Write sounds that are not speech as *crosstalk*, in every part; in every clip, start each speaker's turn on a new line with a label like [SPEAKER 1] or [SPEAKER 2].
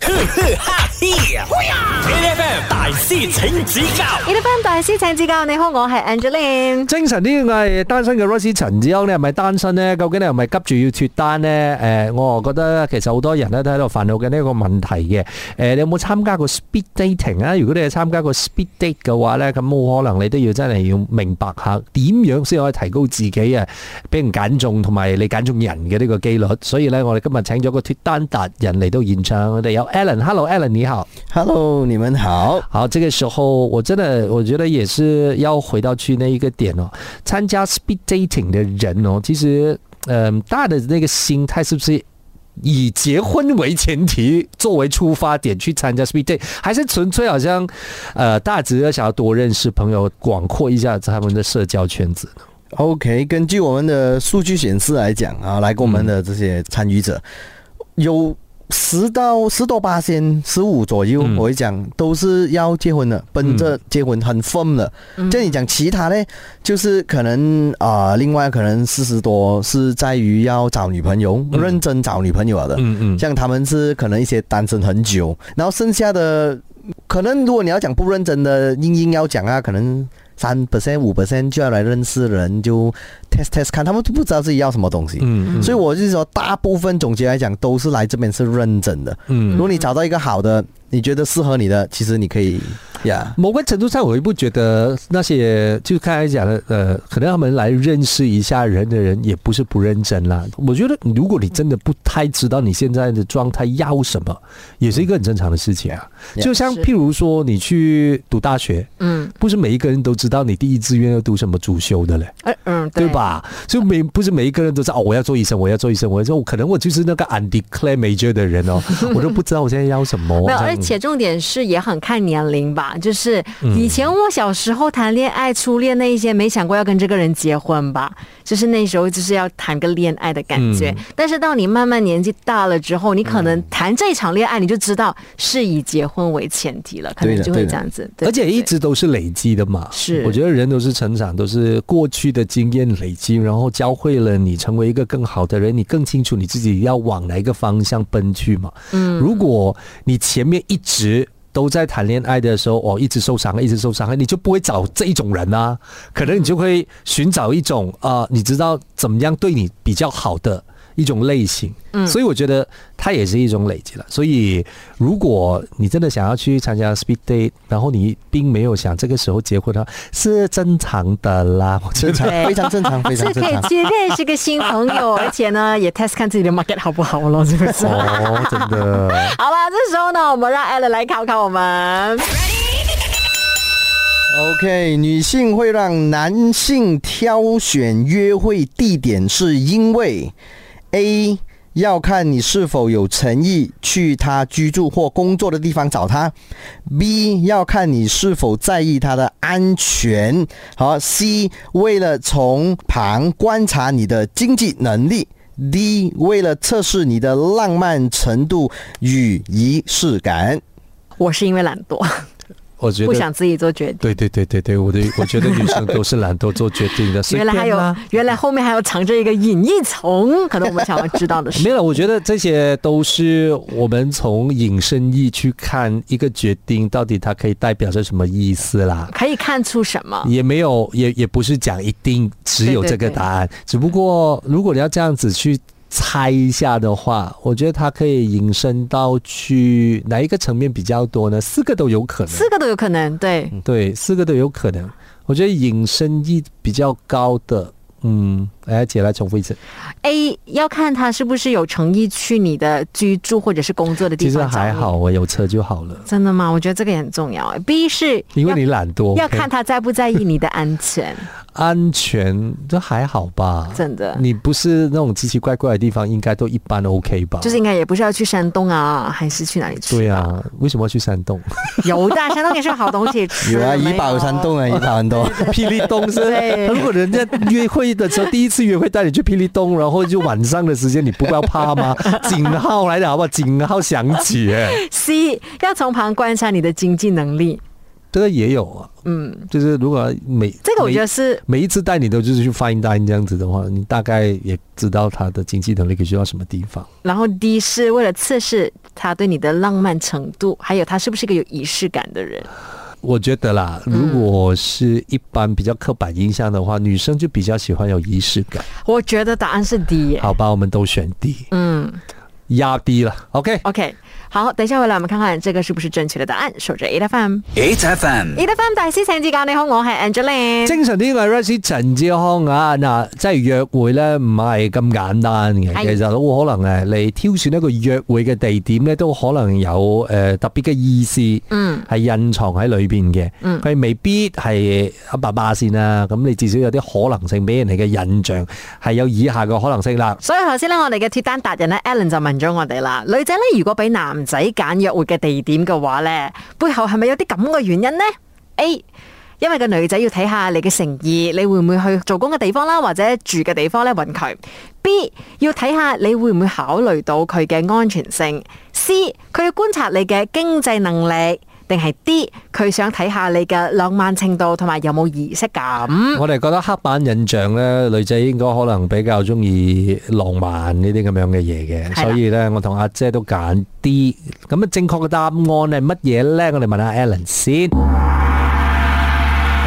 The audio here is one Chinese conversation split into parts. [SPEAKER 1] 哈嘿，A.F.M. 大師請指教
[SPEAKER 2] 你哋 friend 大師請指教，你好，我係 Angeline。
[SPEAKER 3] 精神啲我係單身嘅 Rosie 陳志康，你係咪單身呢？究竟你係咪急住要脱單呢？誒、我覺得其實好多人咧都喺度煩惱緊呢個問題嘅。誒、你有冇參加過 speed dating 啊？如果你係參加過 speed date 嘅話呢，咁冇可能你都要真係要明白下點樣先可以提高自己啊，俾人揀中同埋你揀中人嘅呢個機率。所以呢，我哋今日請咗個脱單達人嚟到現場，我哋有 Alan，Hello Alan 你好。
[SPEAKER 4] Hello，你们好。
[SPEAKER 3] 好，这个时候我真的我觉得也是要回到去那一个点哦，参加 speed dating 的人哦，其实嗯、大的那个心态是不是？以结婚为前提作为出发点去参加 speed date，还是纯粹好像，呃，大致要想要多认识朋友，广阔一下他们的社交圈子。
[SPEAKER 4] OK，根据我们的数据显示来讲啊，来过我们的这些参与者，有十到十多八仙，十五左右，
[SPEAKER 3] 嗯
[SPEAKER 4] 我会讲都是要结婚的，奔着结婚很 firm 的。
[SPEAKER 3] 嗯
[SPEAKER 4] 这、你讲其他呢，就是可能啊、另外可能四十多是在于要找女朋友，
[SPEAKER 3] 嗯
[SPEAKER 4] 认真找女朋友了的。
[SPEAKER 3] 嗯嗯，
[SPEAKER 4] 像他们是可能一些单身很久，然后剩下的可能如果你要讲不认真的，硬硬要讲啊，可能三 percent 五 percent 就要来认识人，就 test test 看，他们都不知道自己要什么东西。
[SPEAKER 3] 嗯
[SPEAKER 4] 所以我是说，大部分总结来讲都是来这边是认真的。
[SPEAKER 3] 嗯
[SPEAKER 4] 如。果你找到一个好的，你觉得适合你的，其实你可以呀。
[SPEAKER 3] 某个程度上，我又不觉得那些就刚才讲的，呃，可能他们来认识一下人的人，也不是不认真啦。我觉得，如果你真的不太知道你现在的状态要什么，也是一个很正常的事情啊。
[SPEAKER 4] Yeah
[SPEAKER 3] 就像
[SPEAKER 2] 是
[SPEAKER 3] 譬如说，你去读大学，
[SPEAKER 2] 嗯
[SPEAKER 3] 不是每一个人都知道你第一志愿要读什么主修的嘞。
[SPEAKER 2] 呃嗯，
[SPEAKER 3] 对？吧？所以每不是每一个人都知道哦，我要做医生，我要做医生，我要做，可能我就是那个 undeclared major 的人
[SPEAKER 2] *laughs*
[SPEAKER 3] 哦，我都不知道我现在要什么。
[SPEAKER 2] 没有，
[SPEAKER 3] 这样
[SPEAKER 2] 而且重点是也很看年龄吧。就是以前我小时候谈恋爱、初恋那一些，没想过要跟这个人结婚吧。就是那时候就是要谈个恋爱的感觉。但是到你慢慢年纪大了之后，你可能谈这一场恋爱，你就知道是以结婚为前提了，可能
[SPEAKER 4] 对的
[SPEAKER 2] 就会
[SPEAKER 4] 对的
[SPEAKER 2] 这样子。对
[SPEAKER 3] 而且
[SPEAKER 2] 对
[SPEAKER 3] 一直都是累积的嘛，
[SPEAKER 2] 是
[SPEAKER 3] 我觉得人都是成长，都是过去的经验累积，然后教会了你成为一个更好的人，你更清楚你自己要往哪一个方向奔去嘛。嗯，如果你前面一直都在谈恋爱的时候，哦，一直受伤害，一直受伤害，你就不会找这一种人啊，可能你就会寻找一种
[SPEAKER 2] 嗯
[SPEAKER 3] 啊、呃你知道怎么样对你比较好的。一种类型，嗯，所以我觉得它也是一种累积了。所以，如果你真的想要去参加 speed date，然后你并没有想这个时候结婚的话，是正常
[SPEAKER 2] *laughs*
[SPEAKER 3] 的啦。我
[SPEAKER 4] 正
[SPEAKER 3] 觉得
[SPEAKER 4] 常，
[SPEAKER 2] 对
[SPEAKER 4] 非常正常，非
[SPEAKER 2] 是
[SPEAKER 4] 常正
[SPEAKER 2] 可以
[SPEAKER 4] 常。
[SPEAKER 2] 去认识个新朋友，而且呢，也 test 看自己的 market 好不好咯，是不是？
[SPEAKER 3] 哦，真的。
[SPEAKER 2] *laughs* 好了，这时候呢，我们让 Allen 来考考我们。
[SPEAKER 4] OK，女性会让男性挑选约会地点，是因为 A 要看你是否有诚意去他居住或工作的地方找他；B 要看你是否在意他的安全；好，C 为了从旁观察你的经济能力。D 为了测试你的浪漫程度与仪式感，
[SPEAKER 2] 我是因为懒惰，
[SPEAKER 3] 我觉
[SPEAKER 2] 不
[SPEAKER 3] 得，
[SPEAKER 2] 想自己做决定。
[SPEAKER 3] 对对对对对，我的我觉得女生都是懒惰做决定
[SPEAKER 2] *laughs*
[SPEAKER 3] 的，随
[SPEAKER 2] 原来还
[SPEAKER 3] 便
[SPEAKER 2] 有
[SPEAKER 3] 啦。，
[SPEAKER 2] 原来后面还有藏着一个隐逸从，可能我们想要知道的
[SPEAKER 3] 没
[SPEAKER 2] 是，
[SPEAKER 3] 有，我觉得这些都是我们从引申意去看一个决定到底它可以代表着什么意思啦。
[SPEAKER 2] 可以看出什么？
[SPEAKER 3] 也没有，也也不是讲一定只有这个答案，只不过如果你要这样子去猜一下的话，我觉得它可以引申到去哪一个层面比较多呢？四个都有可能，嗯
[SPEAKER 2] 四个都有可能，对，
[SPEAKER 3] 对，四个都有可能。我觉得引申意比较高的，嗯，哎，姐来重复一次，
[SPEAKER 2] A 要看他是不是有诚意去你的居住或者是工作的地
[SPEAKER 3] 其实
[SPEAKER 2] 方。
[SPEAKER 3] 还，好，我有车就好了，
[SPEAKER 2] 真的吗？我觉得这个也很重要。B 啊是
[SPEAKER 3] 因为
[SPEAKER 2] 要
[SPEAKER 3] 你懒惰，
[SPEAKER 2] 要看他在不在意你的安全，
[SPEAKER 3] *laughs* 安全，这还好吧？
[SPEAKER 2] 真的
[SPEAKER 3] 你不是那种奇奇怪怪的地方，应该都一般 OK 吧？
[SPEAKER 2] 就是应该也不是要去山东啊，还是去哪里去？
[SPEAKER 3] 对啊，为什么要去山
[SPEAKER 2] *laughs*
[SPEAKER 3] 洞？
[SPEAKER 2] 有的，啊山东也是有好东
[SPEAKER 3] *laughs*
[SPEAKER 2] 西吃。
[SPEAKER 4] 有啊，
[SPEAKER 2] 没
[SPEAKER 4] 怡宝山洞啊，怡宝山洞。
[SPEAKER 3] 霹雳洞是
[SPEAKER 2] 对，
[SPEAKER 3] 如果人家约会的时候，第一次约会带你去霹雳洞，然后就晚上的时间，你不要怕
[SPEAKER 2] *laughs*
[SPEAKER 3] 吗？警号来了，好不好？警号响起，哎，
[SPEAKER 2] C 要从旁观察你的经济能力。
[SPEAKER 3] 这个也有啊，嗯，就是如果每
[SPEAKER 2] 这个我觉
[SPEAKER 3] 每
[SPEAKER 2] 得是
[SPEAKER 3] 每一次带你都就是去 fine dine 这样子的话，你大概也知道他的经济能力可以去到什么地方。
[SPEAKER 2] 然后 D 是为了测试他对你的浪漫程度，还有他是不是一个有仪式感的人。
[SPEAKER 3] 我觉得啦，
[SPEAKER 2] 嗯
[SPEAKER 3] 如果是一般比较刻板印象的话，女生就比较喜欢有仪式感。
[SPEAKER 2] 我觉得答案是 D 耶。
[SPEAKER 3] 好吧，我们都选 D，
[SPEAKER 2] 嗯
[SPEAKER 3] 压低了。OK，
[SPEAKER 2] ，OK，好，等一下回来我们看看这个是不是正确的答案。守着 A F M，A
[SPEAKER 1] ，H F M，
[SPEAKER 2] F M 大師請指教，你好，我係 Angeline。
[SPEAKER 3] 精神啲嘅 r u s h 陳志康啊，嗱，即係約會咧唔係咁簡單嘅，
[SPEAKER 2] 係
[SPEAKER 3] 其實好可能誒，你挑選一個約會嘅地點咧，都可能有誒、呃特別嘅意思，
[SPEAKER 2] 嗯，
[SPEAKER 3] 係隱藏喺裏邊嘅，
[SPEAKER 2] 嗯
[SPEAKER 3] 佢未必係阿爸爸先啦，咁你至少有啲可能性俾人哋嘅印象係有以下嘅可能性啦。
[SPEAKER 2] 所以頭先咧，我哋嘅脱單達人咧，Alan 就問咗我哋啦，女仔咧如果俾男仔揀約會嘅地點嘅話咧，背後係咪有啲咁嘅原因呢 a 因為個女仔要睇下你嘅誠意，你會唔會去做工嘅地方啦，或者住嘅地方咧揾佢；B 要睇下你會唔會考慮到佢嘅安全性；C 佢要觀察你嘅經濟能力，定係 D 佢想睇下你嘅浪漫程度同埋有冇儀式感。
[SPEAKER 3] 我哋覺得黑板印象咧，女仔應該可能比較中意浪漫呢啲咁樣嘅嘢嘅，
[SPEAKER 2] 係啦
[SPEAKER 3] 所以咧，我同阿姐都揀 D。咁啊，正確嘅答案係乜嘢咧？我哋問下 Alan 先。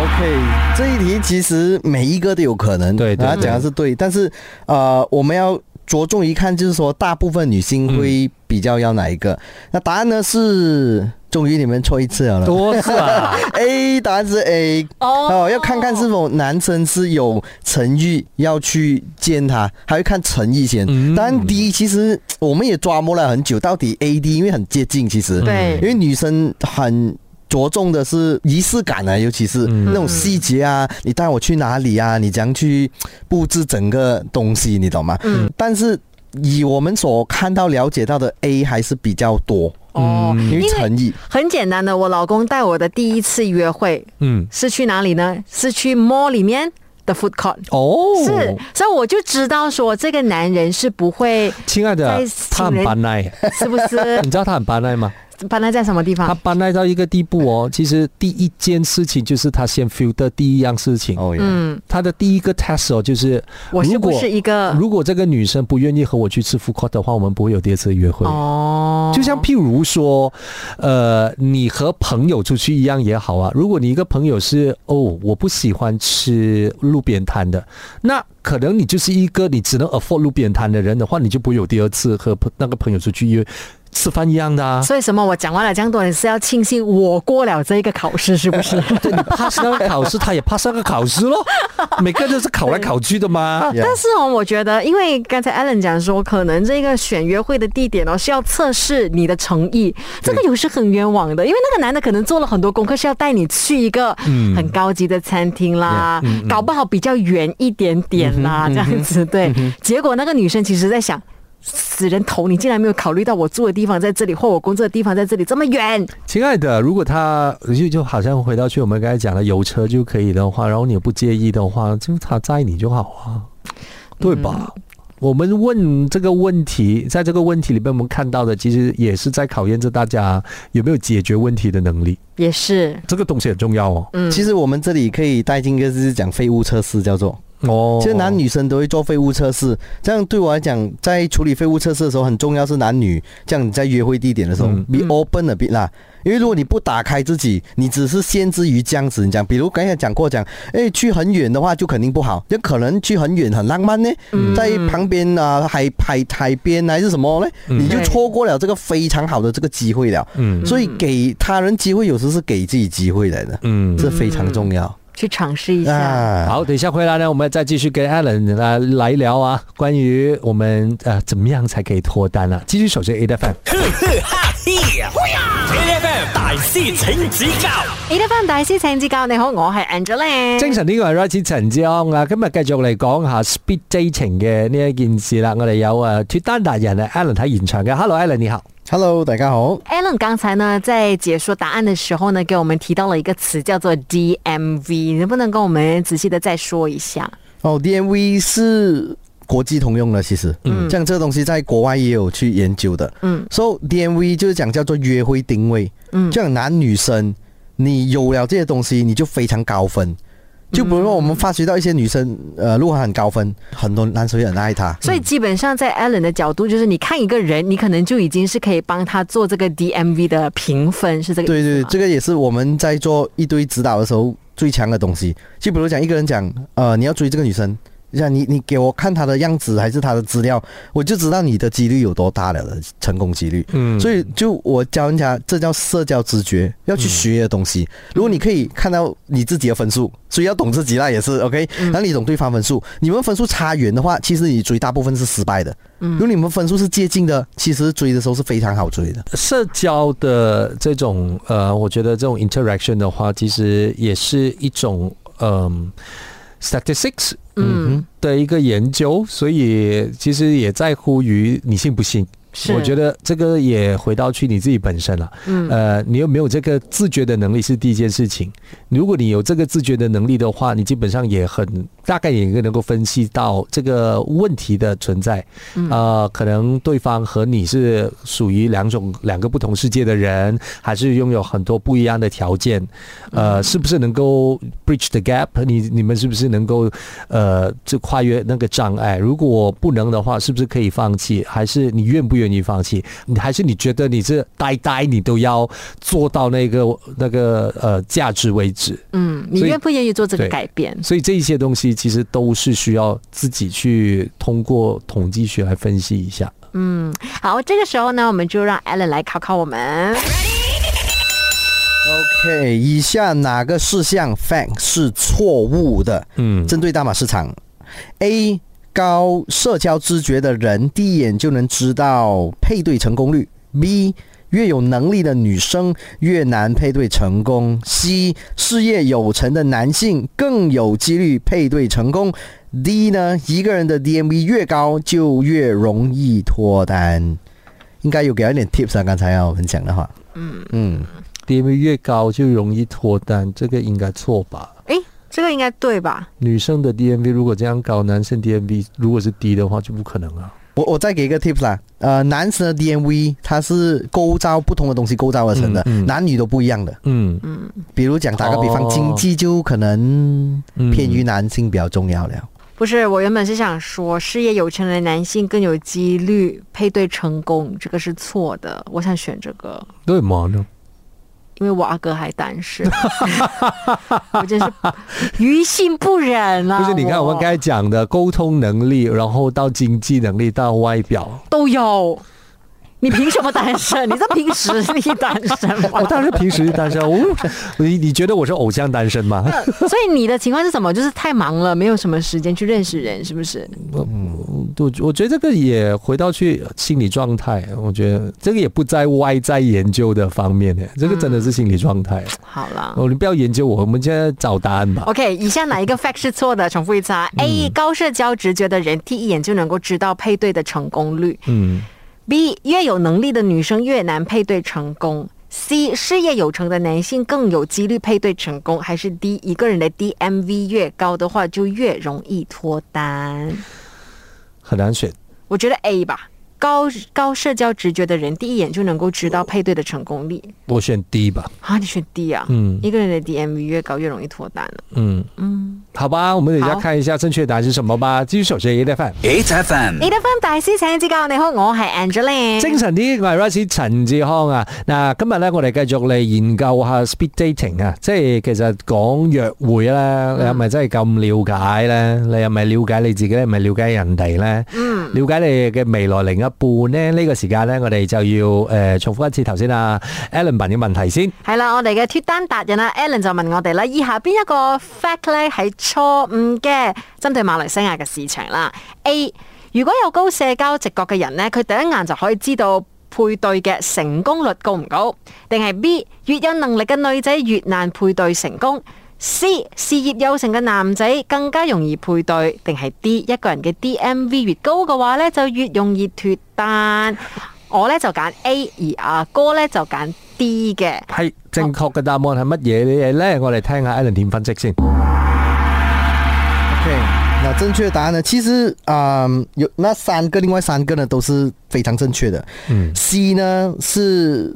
[SPEAKER 4] OK，这一题其实每一个都有可能，
[SPEAKER 3] 对对
[SPEAKER 4] 他
[SPEAKER 3] 对
[SPEAKER 4] 讲的是对，但是呃，我们要着重一看，就是说大部分女性会比较要哪一个？那答案呢是，终于你们错一次了了。
[SPEAKER 3] 多是啊，
[SPEAKER 4] A 答案是 A
[SPEAKER 2] 哦
[SPEAKER 4] 哦，要看看是否男生是有诚意要去见他，还要看诚意先。
[SPEAKER 3] 嗯
[SPEAKER 4] 当然 D 其实我们也抓摸了很久，到底 A D 因为很接近，其实
[SPEAKER 2] 对
[SPEAKER 4] 因为女生很。着重的是仪式感啊，尤其是那种细节啊，你带我去哪里啊，你怎样去布置整个东西，你懂吗？嗯。但是以我们所看到、了解到的 A 还是比较多，
[SPEAKER 2] 哦，
[SPEAKER 4] 因
[SPEAKER 2] 因
[SPEAKER 4] 为
[SPEAKER 2] 为
[SPEAKER 4] 诚意。
[SPEAKER 2] 很简单的，我老公带我的第一次约会
[SPEAKER 3] 嗯，
[SPEAKER 2] 是去哪里呢？是去 mall 里面的 food court。
[SPEAKER 3] 哦，
[SPEAKER 2] 是，所以我就知道说这个男人是不会， *laughs*
[SPEAKER 3] 亲爱的
[SPEAKER 2] 在，
[SPEAKER 3] 他
[SPEAKER 2] 情
[SPEAKER 3] 很
[SPEAKER 2] 人
[SPEAKER 3] 搬奈，
[SPEAKER 2] 是不是
[SPEAKER 3] 你知道他很搬
[SPEAKER 2] *laughs*
[SPEAKER 3] 奈吗？
[SPEAKER 2] 把他在什么地
[SPEAKER 3] 他
[SPEAKER 2] 方？
[SPEAKER 3] 搬奈到一个地步哦，其实第一件事情就是他先 filter 第一样事情，
[SPEAKER 4] 哦，
[SPEAKER 2] 嗯，
[SPEAKER 3] 他的第一个 test 哦，就是
[SPEAKER 2] 我是
[SPEAKER 3] 如
[SPEAKER 2] 不
[SPEAKER 3] 果
[SPEAKER 2] 是一个
[SPEAKER 3] 如果这个女生不愿意和我去吃 food court 的话，我们不会有第二次约会。
[SPEAKER 2] 哦，
[SPEAKER 3] 就像譬如说，呃，你和朋友出去一样也好啊。如果你一个朋友是哦，我不喜欢吃路边摊的，那可能你就是一个你只能 afford 路边摊的人的话，你就不会有第二次和朋那个朋友出去约吃饭一样的啊。
[SPEAKER 2] 所以什么？我讲完了这样多，你是要庆幸我过了这一个考试，是不是？
[SPEAKER 3] 对你 pass 那个考试，他也 pass 那个考试咯， *laughs* 每个都是考来考去的嘛。
[SPEAKER 4] Yeah
[SPEAKER 2] 但是哦，我觉得，因为刚才 Alan 讲说，可能这个选约会的地点哦，是要测试你的诚意，这个有时很冤枉的，因为那个男的可能做了很多功课，是要带你去一个
[SPEAKER 4] 嗯
[SPEAKER 2] 很高级的餐厅啦，搞不好比较远一点点啦，
[SPEAKER 4] 嗯
[SPEAKER 2] 这样子对。结果那个女生其实在想。死人头！你竟然没有考虑到我住的地方在这里，或我工作的地方在这里这么远，
[SPEAKER 3] 亲爱的，如果他呃就就好像回到去我们刚才讲的，有车就可以的话，然后你不介意的话，就他载你就好啊，对吧？
[SPEAKER 4] 嗯
[SPEAKER 3] 我们问这个问题，在这个问题里面，我们看到的其实也是在考验着大家有没有解决问题的能力，
[SPEAKER 2] 也是
[SPEAKER 3] 这个东西很重要哦。
[SPEAKER 2] 嗯
[SPEAKER 4] 其实我们这里可以带进一个就是讲废物测试，叫做，嗯
[SPEAKER 3] 哦，
[SPEAKER 4] 其实男女生都会做废物测试。这样对我来讲，在处理废物测试的时候，很重要是男女。这样你在约会地点的时候、
[SPEAKER 3] 嗯
[SPEAKER 4] b e open a bit 啦。因为如果你不打开自己，你只是限制于这样子，你讲，比如刚才讲过讲，哎，去很远的话就肯定不好，就可能去很远很浪漫呢，
[SPEAKER 3] 嗯
[SPEAKER 4] 在
[SPEAKER 2] 嗯
[SPEAKER 4] 旁边啊海海海边啊还是什么呢，你就
[SPEAKER 2] 对
[SPEAKER 4] 错过了这个非常好的这个机会了。
[SPEAKER 3] 嗯
[SPEAKER 4] 所以给他人机会，有时是给自己机会来的。
[SPEAKER 3] 嗯。
[SPEAKER 4] 这非常重要
[SPEAKER 2] 去尝试一下。
[SPEAKER 4] 啊！
[SPEAKER 3] 好，等一下回来呢，我们再继续跟 Alan 来来聊啊，关于我们呃怎么样才可以脱单啊。继续守着 A F M。
[SPEAKER 1] 哈嘿呀，A F M 大师请指教
[SPEAKER 2] 你得翻大师请指教，你好，我系 Angeline。
[SPEAKER 3] 精神呢個係 Rice 陳志安啊，今日繼續嚟講下 speed dating 嘅呢一件事啦。我哋有啊脱單達人啊 Alan 喺現場嘅，Hello Alan 你好，
[SPEAKER 4] Hello，大家好。
[SPEAKER 2] Alan 刚才呢在解说答案的时候呢，给我们提到了一个词叫做 DMV，能不能跟我们仔细的再说一下？
[SPEAKER 4] 哦，DMV 是国际通用的，其实，嗯，像这东西在国外也有去研究的，
[SPEAKER 2] 嗯
[SPEAKER 4] ，so DMV 就是讲叫做约会定位，嗯，就讲男女生。你有了这些东西，你就非常高分。就比如说，我们发觉到一些女生，呃，如果她很高分，很多男生也很爱她。
[SPEAKER 2] 所以基本上在 Allen 的角度，就是你看一个人，你可能就已经是可以帮他做这个 DMV 的评分，是这个意
[SPEAKER 4] 对
[SPEAKER 2] 思
[SPEAKER 4] 对，
[SPEAKER 2] 吗
[SPEAKER 4] 这个也是我们在做一堆指导的时候最强的东西。就比如讲，一个人讲，呃，你要追这个女生，像你你给我看她的样子还是她的资料，我就知道你的几率有多大了的成功几率。
[SPEAKER 3] 嗯
[SPEAKER 4] 所以就我教人家，这叫社交直觉，要去学的东西。如果你可以看到你自己的分数，所以要懂自己啦，也是 OK。然后你懂对方分数，你们分数差远的话，其实你追大部分是失败的。如果你们分数是接近的，其实追的时候是非常好追的。
[SPEAKER 3] 社交的这种呃，我觉得这种 interaction 的话，其实也是一种嗯、statistics
[SPEAKER 2] 嗯，
[SPEAKER 3] 的一个研究，所以其实也在乎于你信不信。
[SPEAKER 2] 是
[SPEAKER 3] 我觉得这个也回到去你自己本身了。
[SPEAKER 2] 嗯
[SPEAKER 3] 呃，你有没有这个自觉的能力是第一件事情。如果你有这个自觉的能力的话，你基本上也很大概也能够分析到这个问题的存在。
[SPEAKER 2] 嗯
[SPEAKER 3] 呃，可能对方和你是属于两种两个不同世界的人，还是拥有很多不一样的条件。
[SPEAKER 2] 嗯
[SPEAKER 3] 呃，是不是能够 bridge the gap？你你们是不是能够呃，就跨越那个障碍？如果不能的话，是不是可以放弃？还是你愿不愿意放弃？你还是你觉得你这呆呆，你都要做到那个那个呃价值为止？
[SPEAKER 2] 嗯，你
[SPEAKER 3] 所以
[SPEAKER 2] 愿不愿意做这个
[SPEAKER 3] 对
[SPEAKER 2] 改变？
[SPEAKER 3] 所以这一些东西其实都是需要自己去通过统计学来分析一下。
[SPEAKER 2] 好，这个时候呢，我们就让 Allen 来考考我们。
[SPEAKER 4] OK，以下哪个事项 fact 是错误的？
[SPEAKER 3] 嗯
[SPEAKER 4] 针对大马市场，A 高社交知觉的人第一眼就能知道配对成功率；B 越有能力的女生越难配对成功；C 事业有成的男性更有几率配对成功；D 呢，一个人的 DMV 越高就越容易脱单。应该有给他一点 tips 啊，刚才啊我们讲的话，嗯嗯。
[SPEAKER 3] ，DMV 越高就容易脱单，这个应该错吧？
[SPEAKER 2] 诶，这个应该对吧？
[SPEAKER 3] 女生的 DMV 如果这样高，男生 DMV 如果是低的话就不可能啊。
[SPEAKER 4] 我我再给一个 tips 啦，呃，男生的 DMV 它是构造不同的东西构造而成的，
[SPEAKER 3] 嗯嗯
[SPEAKER 4] 男女都不一样的。
[SPEAKER 3] 嗯
[SPEAKER 4] 比如讲打个比方，
[SPEAKER 3] 哦
[SPEAKER 4] 经济就可能
[SPEAKER 3] 嗯
[SPEAKER 4] 偏于男性比较重要了。
[SPEAKER 2] 不是，我原本是想说，事业有成的男性更有几率配对成功，这个是错的。我想选这个，
[SPEAKER 3] 对嘛呢？
[SPEAKER 2] 因为我阿哥还单身， *laughs* 我真是于心不忍啊！
[SPEAKER 3] 就是你看我们刚才讲的沟通能力，然后到经济能力，到外 *laughs* 表，
[SPEAKER 2] 都有，你凭什么单
[SPEAKER 3] *laughs*
[SPEAKER 2] 身？你在凭实力单身吗
[SPEAKER 3] 我、？当然平时单身，哦，你你觉得我是偶像单身吗？
[SPEAKER 2] 所以你的情况是什么？就是太忙了，没有什么时间去认识人，是不是？
[SPEAKER 3] *laughs* 我我觉得这个也回到去心理状态，我觉得这个也不在外在研究的方面呢，这个真的是心理状态。
[SPEAKER 2] 好啦。
[SPEAKER 3] 哦，你不要研究我，我们现在找答案吧。
[SPEAKER 2] OK，以下哪一个 fact 是错的？重复一次
[SPEAKER 3] 嗯
[SPEAKER 2] 啊。A. 高社交直觉的人第一眼就能够知道配对的成功率。
[SPEAKER 3] 嗯
[SPEAKER 2] B. 越有能力的女生越难配对成功。C. 事业有成的男性更有几率配对成功。还是 D. 一个人的 DMV 越高的话，就越容易脱单。
[SPEAKER 3] 很难选。
[SPEAKER 2] 我觉得 A 吧。高高社交直觉的人，第一眼就能够知道配对的成功率
[SPEAKER 3] 我选 D 吧，
[SPEAKER 2] 啊！你选 D 啊？
[SPEAKER 3] 嗯
[SPEAKER 2] 一个人的 DMV 越高，越容易脱单了。
[SPEAKER 3] 嗯嗯，好吧，我们等一下
[SPEAKER 2] 好
[SPEAKER 3] 看一下正确答案是什么吧。继续守着 A 的饭。
[SPEAKER 1] ，H F M
[SPEAKER 2] 你得分大師請指教，你好，我係 Angeline。
[SPEAKER 3] 精神啲，我係 Rice 陳志康啊！嗱，今日咧我哋繼續嚟研究下 speed dating 啊，即係其實講約會咧，你係咪真係咁了解咧？你係咪了解你自己咧？係咪了解人哋咧？嗯，了解你嘅未來另一半咧？呢、個時間咧，我哋就要誒、呃重複一次頭先啊 Alan 問嘅問題先。
[SPEAKER 2] 嗯係啦，我哋嘅脱單達人啊 a l a n 就問我哋啦，以下邊一個 fact 咧係錯誤嘅，針對馬來西亞嘅市場啦。A，如果有高社交直覺嘅人呢，佢第一眼就可以知道配對嘅成功率高唔高，定係 B，越有能力嘅女仔越難配對成功。C 事業有成嘅男仔更加容易配對，定係 D 一個人嘅 DMV 越高嘅話呢，就越容易脱單。我呢就揀 A，而阿哥呢就揀 D 嘅。
[SPEAKER 3] 係正確嘅答案係乜嘢嘢咧？我哋聽下 Alan 點分析先。
[SPEAKER 4] OK，那正确答案呢？其实啊、嗯有那三个，另外三个呢都是非常正确的。
[SPEAKER 3] 嗯
[SPEAKER 4] C 呢是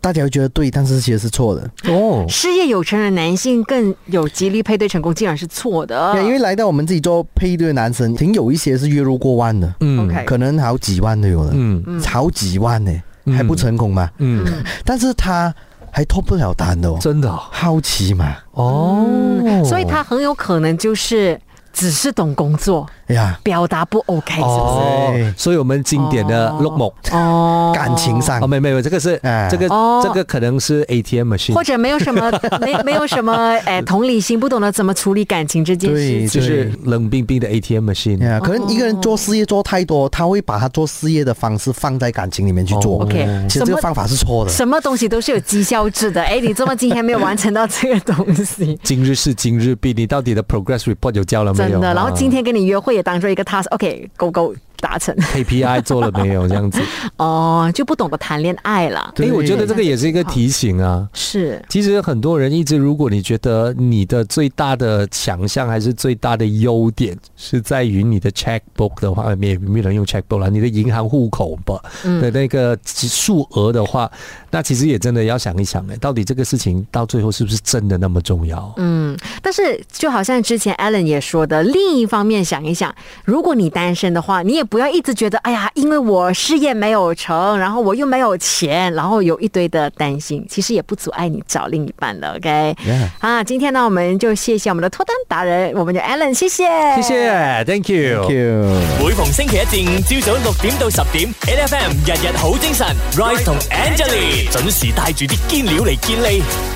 [SPEAKER 4] 大家会觉得对，但是其实是错的。
[SPEAKER 3] 哦，
[SPEAKER 2] 事业有成的男性更有几率配对成功，竟然是错
[SPEAKER 3] 哦
[SPEAKER 2] 的。
[SPEAKER 4] 对，因为来到我们自己做配对的男生，挺有一些是月入过万的，
[SPEAKER 3] 嗯
[SPEAKER 2] OK
[SPEAKER 4] 可能好几万都有的，
[SPEAKER 3] 嗯
[SPEAKER 4] 好几万呢、
[SPEAKER 3] 嗯
[SPEAKER 4] 还不成功嘛？
[SPEAKER 3] 嗯，
[SPEAKER 4] 但是他还脱不了单的哦，
[SPEAKER 3] 真的哦
[SPEAKER 4] 好奇嘛？
[SPEAKER 3] 哦，
[SPEAKER 4] 嗯
[SPEAKER 2] 所以他很有可能就是只是懂工作，
[SPEAKER 4] 哎呀，
[SPEAKER 2] 表达不 OK，是不
[SPEAKER 3] 哦
[SPEAKER 4] 是不是，
[SPEAKER 3] 所以我们经典的
[SPEAKER 2] 哦
[SPEAKER 3] look 某。
[SPEAKER 2] 是？哦，
[SPEAKER 4] 感情上
[SPEAKER 3] 哦，没没有，这个是、
[SPEAKER 4] 哎
[SPEAKER 3] 这个、
[SPEAKER 2] 哦
[SPEAKER 3] 这个可能是 ATM machine，
[SPEAKER 2] 或者没有
[SPEAKER 4] *laughs*
[SPEAKER 2] 什么没没有什么哎同理心，不懂得怎么处理感情这件事
[SPEAKER 4] 对
[SPEAKER 2] 情。
[SPEAKER 3] 就是冷冰冰的 ATM machine。，
[SPEAKER 4] 哎
[SPEAKER 2] 哦
[SPEAKER 4] 呀，可能一个人做事业做太多，他会把他做事业的方式放在感情里面去做。
[SPEAKER 2] 哦，OK，
[SPEAKER 4] 其实
[SPEAKER 2] 什
[SPEAKER 4] 这
[SPEAKER 2] 么
[SPEAKER 4] 个方法是错的。
[SPEAKER 2] 什么东西都是有绩效制的，哎，你这么今天没有完成到这个东西
[SPEAKER 4] *laughs*
[SPEAKER 3] 今日事今日毕，你到底的 progress report 有交了没有？
[SPEAKER 2] 真
[SPEAKER 4] 啊
[SPEAKER 2] 的。然后今
[SPEAKER 3] 天 *laughs*
[SPEAKER 2] 天跟你约会也当做一个 task，OK，go go 达成。
[SPEAKER 3] KPI 做了没有？这样子，
[SPEAKER 2] 哦，就不懂得谈恋爱了。
[SPEAKER 3] 哎，
[SPEAKER 4] *laughs* 对
[SPEAKER 3] 我觉得这个也是一个提醒啊。
[SPEAKER 2] 是
[SPEAKER 3] 其实很多人一直，如果你觉得你的最大的强项还是最大的优点是在于你的 checkbook 的话，没有没有人用 checkbook 啦，你的银行户口吧的那个数额的话，那其实也真的要想一想，哎，到底这个事情到最后是不是真的那么重要？
[SPEAKER 2] 嗯，但是就好像之前 Alan 也说的，另一方面想一想，如果你单身的话，你也不要一直觉得，哎呀，因为我事业没有成，然后我又没有钱，然后有一堆的担心，其实也不阻碍你找另一半的。OK，
[SPEAKER 4] Yeah
[SPEAKER 2] 啊，今天呢，我们就谢谢我们的脱单达人，我们的 Alan，谢谢，
[SPEAKER 3] 谢谢，Thank you
[SPEAKER 4] Thank。you
[SPEAKER 1] 每逢星期一至五朝早六點到十點，N F M 日日好精神，Rise 同 Angelie 準時帶住啲堅料嚟健利。